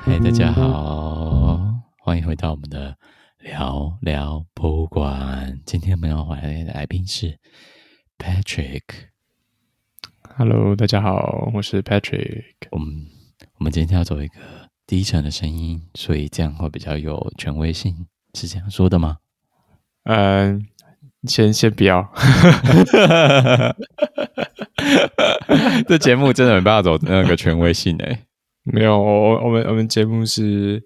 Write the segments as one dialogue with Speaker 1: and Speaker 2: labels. Speaker 1: 嗯欢迎回到我们的聊聊博物馆。今天我们要欢迎的来宾是 Patrick。
Speaker 2: Hello，大家好，我是 Patrick。
Speaker 1: 我们我们今天要走一个低沉的声音，所以这样会比较有权威性，是这样说的吗？
Speaker 2: 嗯、先先不要，
Speaker 1: 这节目真的没办法走那个权威性哎、
Speaker 2: 没有，我我们我们节目是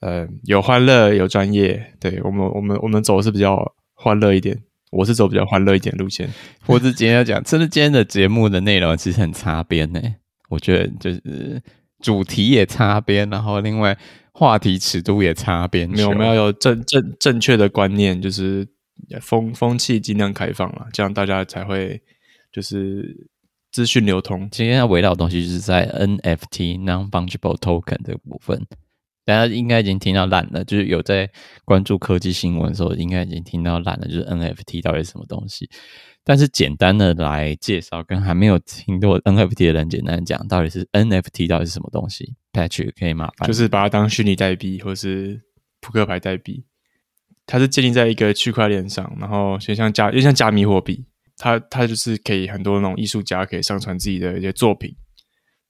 Speaker 2: 呃有欢乐有专业，对我们我们我们走的是比较欢乐一点，我是走比较欢乐一点路线。
Speaker 1: 我只今天要讲，真的今天的节目的内容其实很擦边呢、我觉得就是主题也擦边，然后另外话题尺度也擦边。
Speaker 2: 没有，我们要有正正正确的观念，就是风风气尽量开放啊了，这样大家才会就是资讯流通。
Speaker 1: 今天要围绕的东西就是在 NFT non fungible token 这个部分，大家应该已经听到烂了，就是有在关注科技新闻的时候，应该已经听到烂了，就是 NFT 到底是什么东西。但是简单的来介绍，跟还没有听过 NFT 的人简单地讲，到底是 NFT 到底是什么东西？Patrick 可以麻烦，
Speaker 2: 就是把它当虚拟代币或是扑克牌代币。它是建立在一个区块链上，然后就像加，就像加密货币，它它就是可以很多那种艺术家可以上传自己的一些作品，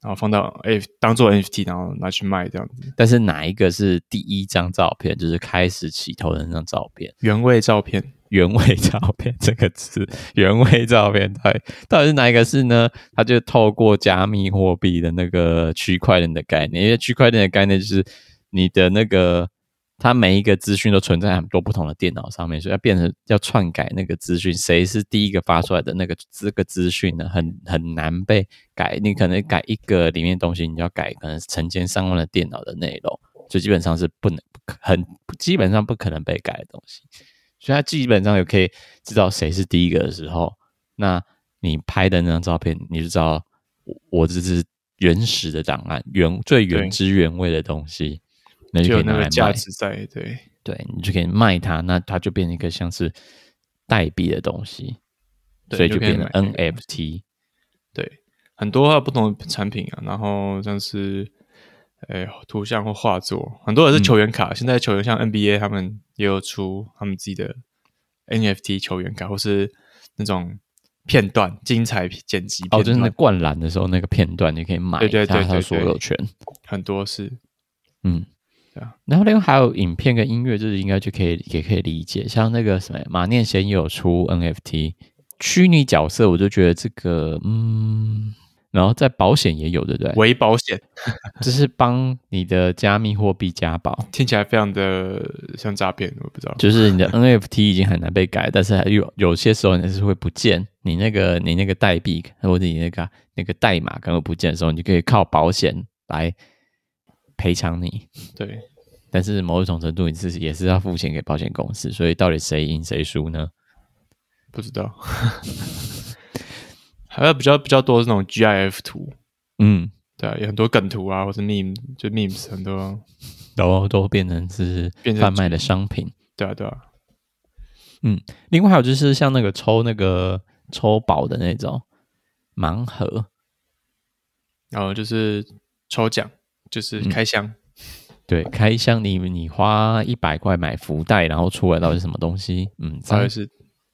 Speaker 2: 然后放到 F 当做 NFT，然后拿去卖这样子。
Speaker 1: 但是哪一个是第一张照片，就是开始起头的那张照片？
Speaker 2: 原味照片，
Speaker 1: 原味照片这个词，原味照片到底到底是哪一个是呢？它就透过加密货币的那个区块链的概念，因为区块链的概念就是你的那个，它每一个资讯都存在很多不同的电脑上面，所以要变成要篡改那个资讯，谁是第一个发出来的那个这个资讯呢？很 很难被改，你可能改一个里面的东西，你就要改可能成千上万的电脑的内容，所以基本上是不能很基本上不可能被改的东西。所以它基本上也可以知道谁是第一个的时候，那你拍的那张照片，你就知道我我这是原始的档案，原最原
Speaker 2: 对
Speaker 1: 汁原味的东西，那就
Speaker 2: 就
Speaker 1: 可
Speaker 2: 有
Speaker 1: 以拿
Speaker 2: 那
Speaker 1: 来
Speaker 2: 个价
Speaker 1: 卖。
Speaker 2: 值在。对，
Speaker 1: 对，你就可以卖它，那它就变成一个像是代币的东西，
Speaker 2: 对
Speaker 1: 所以就
Speaker 2: 就可以
Speaker 1: 变成
Speaker 2: 买那个东
Speaker 1: NFT。
Speaker 2: 对，很多它不同的产品啊，然后像是呃图像或画作，
Speaker 1: 嗯
Speaker 2: 很多也是球员卡。现在球员像 NBA 他们也有出他们自己的 NFT 球员卡，或是那种片段精彩剪辑片段，
Speaker 1: 哦，就是那灌篮的时候那个片段，你可以买
Speaker 2: 对对对
Speaker 1: 它它
Speaker 2: 对
Speaker 1: 所
Speaker 2: 对
Speaker 1: 有权。
Speaker 2: 很多是
Speaker 1: 嗯，
Speaker 2: 对啊。
Speaker 1: 然后另外还有影片跟音乐，就是应该就可以也可以理解，像那个什么马念贤也有出 NFT 虚拟角色，我就觉得这个嗯，然后在保险也有，对不对？
Speaker 2: 微保险，
Speaker 1: 就是帮你的加密货币加保，
Speaker 2: 听起来非常的像诈骗，我不知道。
Speaker 1: 就是你的 NFT 已经很难被改，但是还有有些时候你是会不见你那个你那个代币或者你那个那个代码可能不见的时候，你就可以靠保险来赔偿你。
Speaker 2: 对，
Speaker 1: 但是某一种程度你自己也是要付钱给保险公司，所以到底谁赢谁输呢？
Speaker 2: 不知道。 还有比较比较多是那种 GIF 图，
Speaker 1: 嗯，
Speaker 2: 对、啊，有很多梗图啊，或是 meme，就 memes 很多，
Speaker 1: 然后都变成是
Speaker 2: 变成
Speaker 1: 贩卖的商品。
Speaker 2: 对啊对啊，
Speaker 1: 另外还有就是像那个抽那个抽宝的那种盲盒，
Speaker 2: 然后就是抽奖，就是
Speaker 1: 嗯
Speaker 2: 开箱，
Speaker 1: 对，开箱你你花一百块买福袋，然后出来到底是什么东西？嗯，
Speaker 2: 还有
Speaker 1: 三
Speaker 2: 是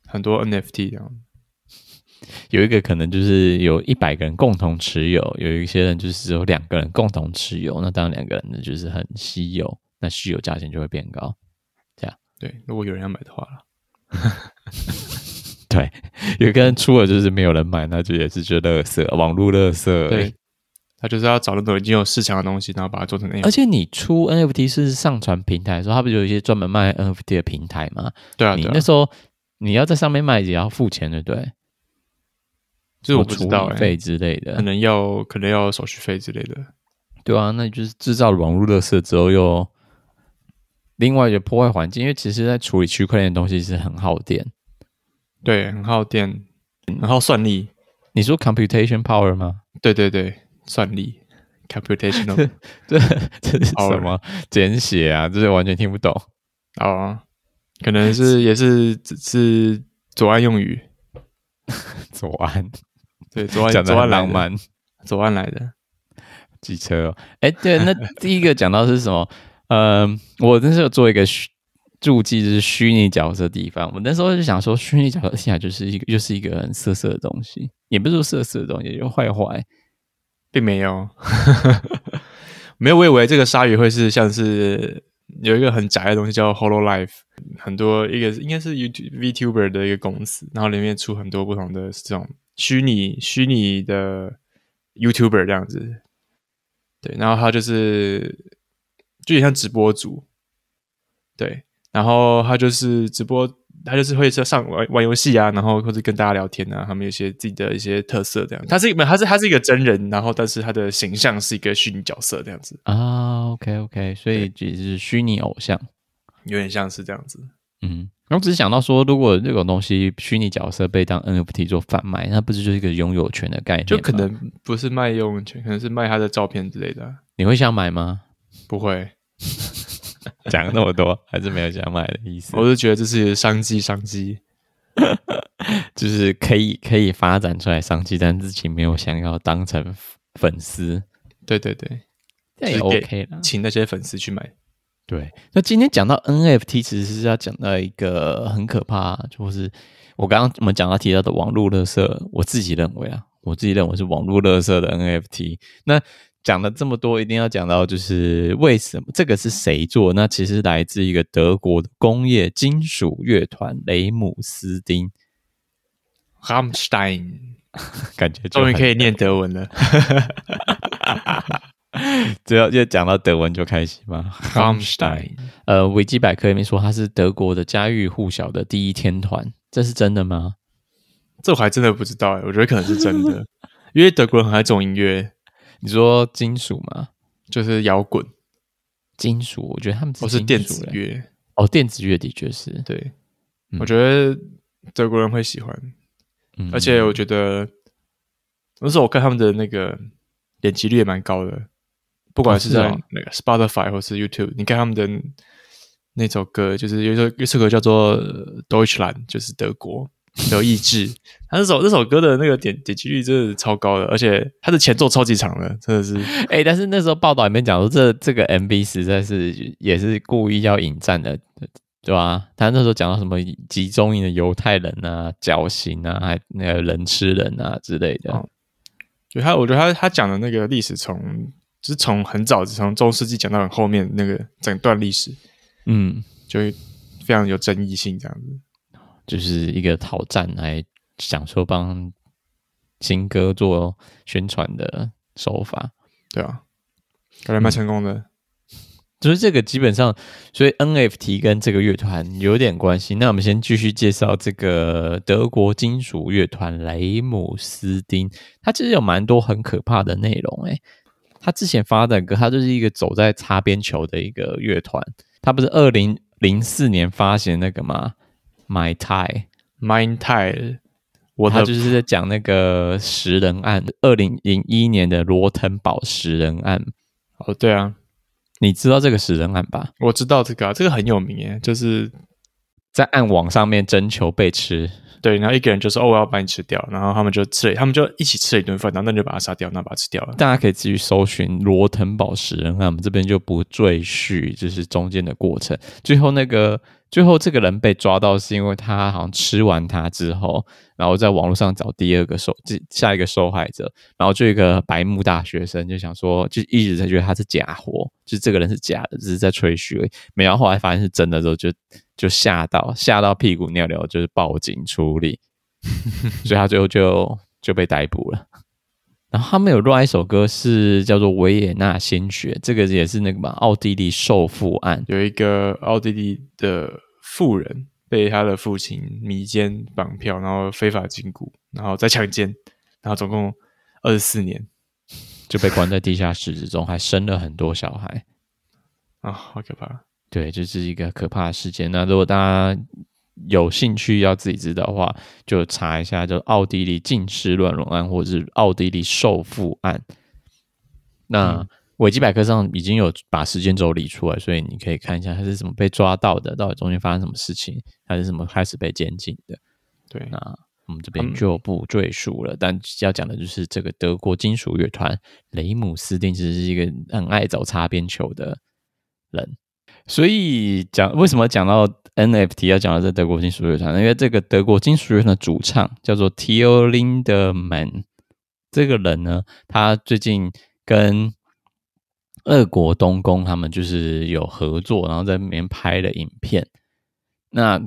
Speaker 2: 很多 NFT 这样。
Speaker 1: 有一个可能就是有一百个人共同持有，有一些人就是只有两个人共同持有，那当然两个人的就是很稀有，那稀有价钱就会变高。
Speaker 2: 对，如果有人要买的话啦，
Speaker 1: 对，有个人出了就是没有人买，那就也是就垃圾，网络垃圾。哎
Speaker 2: 对，，他就是要找那种已经有市场的东西，然后把它做成 NFT。
Speaker 1: 而且你出 NFT 是上传平台的时候，它不是有一些专门卖 NFT 的平台吗？
Speaker 2: 对啊，
Speaker 1: 呃你
Speaker 2: 对
Speaker 1: 那
Speaker 2: 啊，
Speaker 1: 时候你要在上面卖也要付钱，对不对？
Speaker 2: 就是我不知道
Speaker 1: 什么处理
Speaker 2: 哎、
Speaker 1: 费之类的
Speaker 2: 可，能要可能要手续费之类的。
Speaker 1: 对啊，那就是制造网络垃圾之后又另外一个破坏环境，因为其实在处理区块链的东西是很耗电。
Speaker 2: 对，很耗电，很耗算力。
Speaker 1: 你说 computation power 吗？
Speaker 2: 对对对，算力 computational
Speaker 1: 这这是什
Speaker 2: Power
Speaker 1: 么简写啊？这是完全听不懂。
Speaker 2: 哦，可能是也是是左岸用语，
Speaker 1: 左岸
Speaker 2: 对，左岸
Speaker 1: 讲的
Speaker 2: 左岸来
Speaker 1: 浪
Speaker 2: 的，
Speaker 1: 漫。
Speaker 2: 左岸来的。
Speaker 1: 机车哦，哎，对，那第一个讲到是什么？ 呃，我那时候做一个虚注记，就是虚拟角色地方。我那时候就想说，虚拟角色现在就是一个，又、是一个很色色的东西，也不是说色色的东西，就坏坏。
Speaker 2: 并没有， 没有。我以为这个鲨鱼会是像是有一个很宅的东西叫 Hollow Life，很多一个应该是 YouTube VTuber 的一个公司，然后里面出很多不同的这种虚拟虚拟的 YouTuber 这样子。对，然后他就是就有点像直播主，对，然后他就是直播，他就是会在上玩玩游戏啊，然后或者跟大家聊天啊，他们有一些自己的一些特色这样。他是没有，他是他是一个真人，然后但是他的形象是一个虚拟角色这样子，
Speaker 1: 啊，OK OK，所以只是虚拟偶像，
Speaker 2: 有点像是这样子。
Speaker 1: 嗯，然后只是想到说，如果这种东西虚拟角色被当 NFT 做贩卖，那不是就是一个拥有权的概念吗？
Speaker 2: 就可能不是卖用权，可能是卖他的照片之类的啊、
Speaker 1: 你会想买吗？
Speaker 2: 不会，
Speaker 1: 讲了那么多，还是没有想买的意思
Speaker 2: 我是觉得这是商机，商机。
Speaker 1: 就是可以可以发展出来商机，但自己没有想要当成粉丝，
Speaker 2: 对对对，
Speaker 1: 这也
Speaker 2: 就是给
Speaker 1: OK 啦。
Speaker 2: 请那些粉丝去买。
Speaker 1: 对，那今天讲到 NFT，其实是要讲到一个很可怕，就是我刚刚我们讲到提到的网络垃圾，我自己认为啊，我自己认为是网络垃圾的 NFT。那讲了这么多，一定要讲到就是为什么这个是谁做？那其实来自一个德国的工业金属乐团雷姆斯丁，
Speaker 2: Ramstein，
Speaker 1: 感觉就
Speaker 2: 终于
Speaker 1: 很
Speaker 2: 可以念德文 了。
Speaker 1: 只要就讲到德文就开心吗
Speaker 2: Ramstein，
Speaker 1: 呃，维基百科里面说它是德国的家喻户晓的第一天团，这是真的吗？
Speaker 2: 这我还真的不知道哎，我觉得可能是真的，因为德国人很爱这种音乐，
Speaker 1: 你说金属吗？
Speaker 2: 就是摇滚
Speaker 1: 金属，我觉得他们
Speaker 2: 或哦是
Speaker 1: 金属
Speaker 2: 电子
Speaker 1: 嘞
Speaker 2: 乐。
Speaker 1: 哦，电子乐的确是，
Speaker 2: 对，
Speaker 1: 嗯
Speaker 2: 我觉得德国人会喜欢，
Speaker 1: 嗯
Speaker 2: 而且我觉得那时候我看他们的那个点击率也蛮高的，不管是
Speaker 1: 是哦
Speaker 2: 在那个 Spotify 或是 YouTube，你看他们的那首歌，就是有一首有一首歌叫做呃 Deutschland，就是德 国。德意志，他这首这首歌的那个点点击率真的是超高的，而且它的前奏超级长的，真的是
Speaker 1: 哎、但是那时候报道里面讲说这这个 MV 实在是也是故意要引战的，对吧、他那时候讲到什么集中营的犹太人啊、绞刑啊，还那个人吃人啊之类的，
Speaker 2: 哦就他，我觉得他他讲的那个历史从，就是从很早，从中世纪讲到很后面那个整段历史，
Speaker 1: 嗯，
Speaker 2: 就会非常有争议性这样子。
Speaker 1: 就是一个讨战来想说帮新歌做宣传的手法。
Speaker 2: 对啊，感觉蛮成功的。
Speaker 1: 就是这个基本上，所以 NFT 跟这个乐团有点关系。那我们先继续介绍这个德国金属乐团雷姆斯丁，它其实有蛮多很可怕的内容诶、欸他之前发的歌，他就是一个走在擦边球的一个乐团。他不是二零零四年发行那个吗？My Tie。
Speaker 2: Mind Tile，我
Speaker 1: 他
Speaker 2: 的
Speaker 1: 就是在讲那个食人案，二零零一年的罗滕堡食人案，
Speaker 2: 哦，对啊，
Speaker 1: 你知道这个食人案吧？
Speaker 2: 我知道这个、啊，这个很有名耶，就是
Speaker 1: 在暗网上面征求被吃，
Speaker 2: 对，然后一个人就说哦，我要把你吃掉，然后他们就吃了，他们就一起吃了一顿饭，然后那你就把他杀掉，那把他吃掉了。
Speaker 1: 大家可以继续搜寻罗滕堡食人案，我们这边就不赘叙，就是中间的过程。最后那个最后这个人被抓到，是因为他好像吃完它之后，然后在网络上找第二个受这下一个受害者，然后就有一个白目大学生就想说，就一直在觉得他是假货，就是这个人是假的，只是在吹嘘而已。没想到后来发现是真的之后就，就吓到吓到屁股尿流，就是报警处理，所以他最后就就被逮捕了。然后他们有另外一首歌是叫做《维也纳鲜血》，这个也是那个嘛奥地利受缚案，
Speaker 2: 有一个奥地利的富人被他的父亲迷奸、绑票，然后非法禁锢，然后再强奸，然后总共二十四年
Speaker 1: 就被关在地下室之中，还生了很多小孩。
Speaker 2: 啊、好可怕！
Speaker 1: 对，这是一个可怕的事件。那如果大家有兴趣要自己知道的话，就查一下，就奥地利禁食乱伦案，或者是奥地利受缚案。那维基百科上已经有把时间轴理出来，所以你可以看一下他是怎么被抓到的，到底中间发生什么事情，他是怎么开始被监禁的。
Speaker 2: 对，
Speaker 1: 我们这边就不赘述了，但要讲的就是这个德国金属乐团雷姆斯丁，其实是一个很爱走擦边球的人。所以讲为什么讲到 NFT 要讲到这德国金属乐团？因为这个德国金属乐团的主唱叫做 Theo Lindemann，这个人呢，他最近跟俄国东宫他们就是有合作，然后在那边拍了影片。那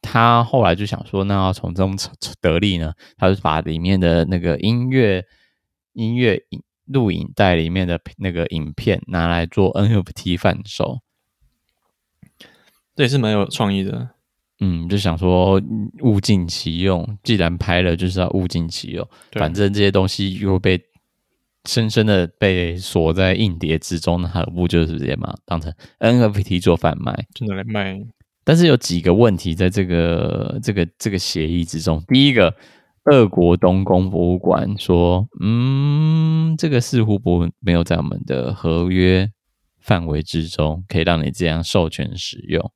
Speaker 1: 他后来就想说，那要从中得利呢，他就把里面的那个音乐音乐影录影带里面的那个影片拿来做 NFT 贩售。
Speaker 2: 这也是蛮有创意的。
Speaker 1: 嗯，就想说嗯物尽其用，既然拍了，就是要物尽其用。
Speaker 2: 对
Speaker 1: 反正这些东西又被深深的被锁在硬碟之中，那何不就是直接嘛当成 NFT 做贩卖？
Speaker 2: 就拿来卖，
Speaker 1: 但是有几个问题在这个这个这个协议之中。第一个，俄国东宫博物馆说，嗯，这个似乎不没有在我们的合约范围之中，可以让你这样授权使用。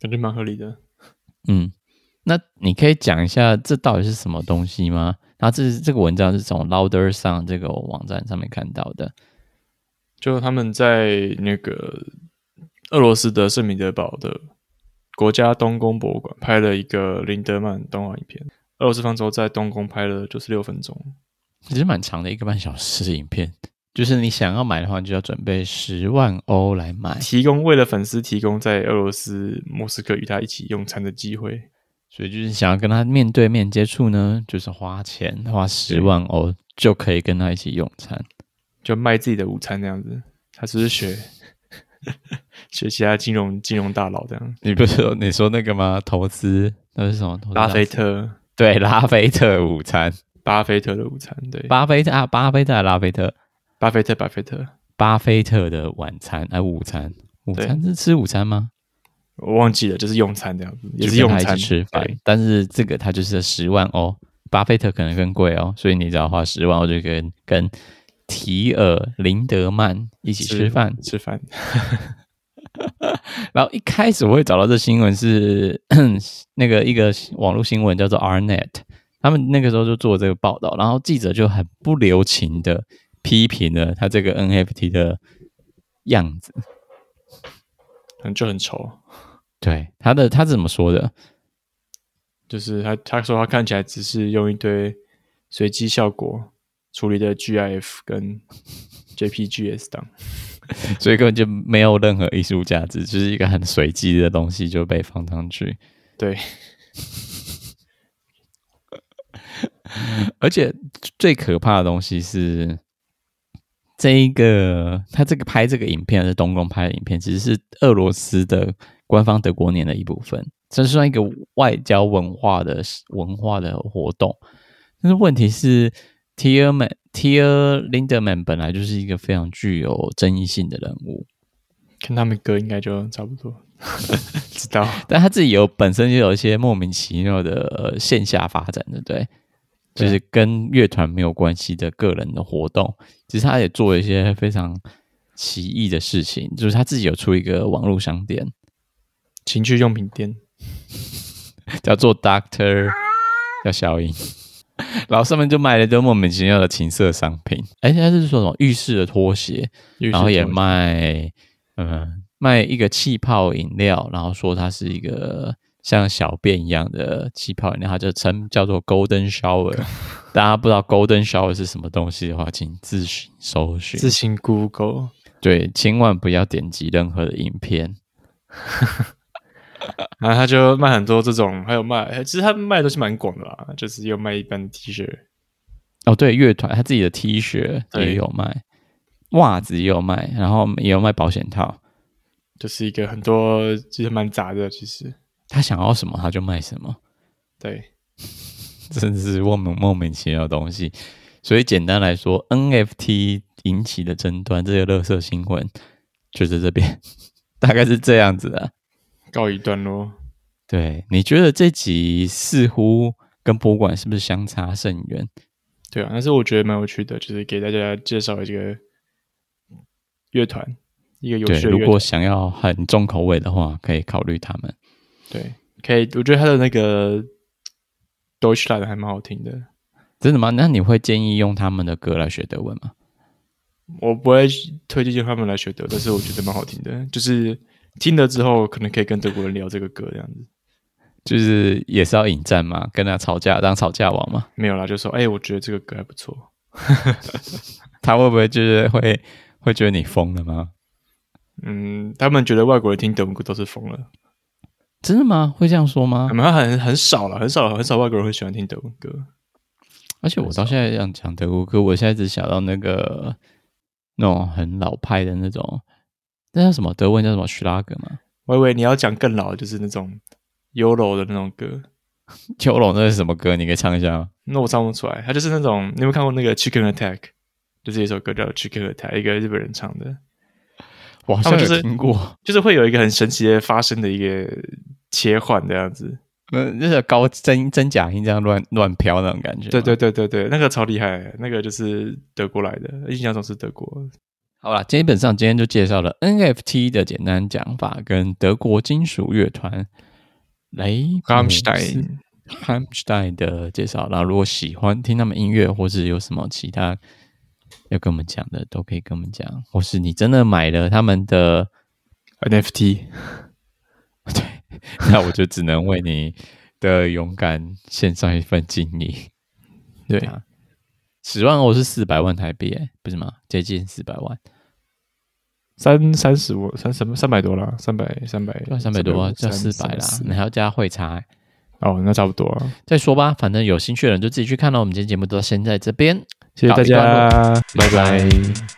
Speaker 2: 感觉蛮合理的。
Speaker 1: 嗯，那你可以讲一下这到底是什么东西吗？然后这是这个文章是从 Louder 上这个网站上面看到的。
Speaker 2: 就他们在那个俄罗斯的圣彼得堡的国家东宫博物馆拍了一个林德曼动画影片，俄罗斯方舟在东宫拍了九十六分钟，
Speaker 1: 其实蛮长的，一个半小时的影片。就是你想要买的话，就要准备十万欧来买，
Speaker 2: 提供为了粉丝提供在俄罗斯莫斯科与他一起用餐的机会。
Speaker 1: 所以就是想要跟他面对面接触呢，就是花钱花十万欧就可以跟他一起用餐。
Speaker 2: 就卖自己的午餐这样子。他只 是学学其他金融金融大佬这样，
Speaker 1: 你不是说你说那个吗？投资那是什么？投资啊
Speaker 2: 巴菲特，
Speaker 1: 对拉菲特午餐，
Speaker 2: 巴菲特的午餐，对，巴
Speaker 1: 巴菲特啊，巴菲特还是拉菲特，
Speaker 2: 巴菲特，巴菲特，
Speaker 1: 巴菲特的晚餐哎、午餐，午餐是吃午餐吗？
Speaker 2: 我忘记了，就是用餐这样子，也是
Speaker 1: 就跟
Speaker 2: 用
Speaker 1: 他一
Speaker 2: 餐
Speaker 1: 起吃饭
Speaker 2: 对，
Speaker 1: 但是这个它就是十万欧，巴菲特可能更贵哦，所以你只要花十万欧就跟跟提尔林德曼一起吃饭。
Speaker 2: 吃饭，
Speaker 1: 然后一开始我会找到这新闻是 那个一个网络新闻叫做 Rnet，他们那个时候就做这个报道，然后记者就很不留情的批评了他这个 NFT 的样子。
Speaker 2: 很就很丑。
Speaker 1: 对他的他是怎么说的？
Speaker 2: 就是他他说他看起来只是用一堆随机效果处理的 GIF 跟 JPGS 档，
Speaker 1: 所以根本就没有任何艺术价值，就是一个很随机的东西就被放上去。
Speaker 2: 对，
Speaker 1: 而且最可怕的东西是，这一个他这个拍这个影片是东宫拍的影片，其实是俄罗斯的官方德国年的一部分，这算一个外交文化的文化的活动。但是问题是，Tierman Tier Linderman 本来就是一个非常具有争议性的人物，
Speaker 2: 看他们歌应该就差不 多知道。
Speaker 1: 但他自己有本身就有一些莫名其妙的、呃、线下发展，对不对？
Speaker 2: 对
Speaker 1: 就是跟乐团没有关系的个人的活动，其实他也做了一些非常奇异的事情，就是他自己有出一个网络商店，
Speaker 2: 情趣用品店，
Speaker 1: 叫做 Doctor 叫小英， 然后上面就卖了一堆莫名其妙的情色商品，哎，他是说什么浴室的拖鞋，然后也
Speaker 2: 卖。
Speaker 1: 卖，嗯，卖一个气泡饮料，然后说它是一个像小便一样的气泡饮料，它就称叫做 Golden Shower。大家不知道 Golden Shower 是什么东西的话，请自行搜寻。
Speaker 2: 自行 Google，
Speaker 1: 对，千万不要点击任何的影片。
Speaker 2: 然后他就卖很多这种，还有卖，其实他卖的东西蛮广的啦，就是有卖一般的 T 恤，
Speaker 1: 哦，对，乐团他自己的 T 恤也
Speaker 2: 对
Speaker 1: 有卖，袜子也有卖，然后也有卖保险套。
Speaker 2: 就是一个很多其实蛮杂的，其实
Speaker 1: 他想要什么他就卖什么。
Speaker 2: 对，
Speaker 1: 真的是莫名莫名其妙的东西。所以简单来说，NFT 引起的争端，这些垃圾新闻就在这边， 大概是这样子的。
Speaker 2: 告一段落。
Speaker 1: 对，你觉得这集似乎跟博物馆是不是相差甚远？
Speaker 2: 对啊，但是我觉得蛮有趣的，就是给大家介绍一个乐团，一个有
Speaker 1: 对，
Speaker 2: 趣的
Speaker 1: 如
Speaker 2: 乐
Speaker 1: 果
Speaker 2: 团，
Speaker 1: 想要很重口味的话，可以考虑他们。
Speaker 2: 对，可以，我觉得他的那个 Deutschland 还蛮好听的，
Speaker 1: 真的吗？那你会建议用他们的歌来学德文吗？
Speaker 2: 我不会推荐他们来学德，但是我觉得蛮好听的，就是听了之后可能可以跟德国人聊这个歌这样子。
Speaker 1: 就是也是要引战嘛，跟他吵架，当吵架王嘛。
Speaker 2: 没有啦，就说哎、我觉得这个歌还不错。
Speaker 1: 他会不会就是会会觉得你疯了吗？
Speaker 2: 嗯，他们觉得外国人听德文歌都是疯了，
Speaker 1: 真的吗？会这样说吗
Speaker 2: 嗯他？们很很少了，很少很少外国人会喜欢听德文歌。
Speaker 1: 而且我到现在想讲德国歌，我现在只想到那个那种很老派的那种，那叫什么？德文叫什么？徐拉格吗？
Speaker 2: 我以为你要讲更老，就是那种 Euro 的那种歌，
Speaker 1: 秋龙那是什么歌？你可以唱一下吗？
Speaker 2: 那我唱不出来。他就是那种，你有没有看过那个 Chicken Attack？就是一首歌叫 Chicken Attack，一个日本人唱的，
Speaker 1: 我好
Speaker 2: 他们
Speaker 1: 像
Speaker 2: 就
Speaker 1: 有
Speaker 2: 是
Speaker 1: 听过，
Speaker 2: 就是会有一个很神奇的发声的一个切换的样子。
Speaker 1: 那那个高真真假音这样乱乱飘那种感觉。
Speaker 2: 对对，对对对，那个超厉害，那个就是德国来的，印象中是德国。
Speaker 1: 好啦，基本上今天就介绍了 NFT 的简单讲法跟德国金属乐团雷姆斯
Speaker 2: Rammstein
Speaker 1: h a m s t e i n 的介绍。然后如果喜欢听他们音乐，或是有什么其他要跟我们讲的，都可以跟我们讲。或是你真的买了他们的，
Speaker 2: NFT，
Speaker 1: 那我就只能为你的勇敢献上一份敬意。
Speaker 2: 对，
Speaker 1: 啊十万欧是四百万台币、欸，不是吗？接近四百万，
Speaker 2: 三三十五三什么三百多啦，三百三百
Speaker 1: 对啊，三百多万，
Speaker 2: 三
Speaker 1: 就四百啦
Speaker 2: 啊三，
Speaker 1: 你
Speaker 2: 四
Speaker 1: 还要加汇差欸、
Speaker 2: 哦，那差不多啊。
Speaker 1: 再说吧，反正有兴趣的人就自己去看了。我们今天节目就到现在这边，
Speaker 2: 谢谢大
Speaker 1: 告一段
Speaker 2: 家，拜
Speaker 1: 拜
Speaker 2: 拜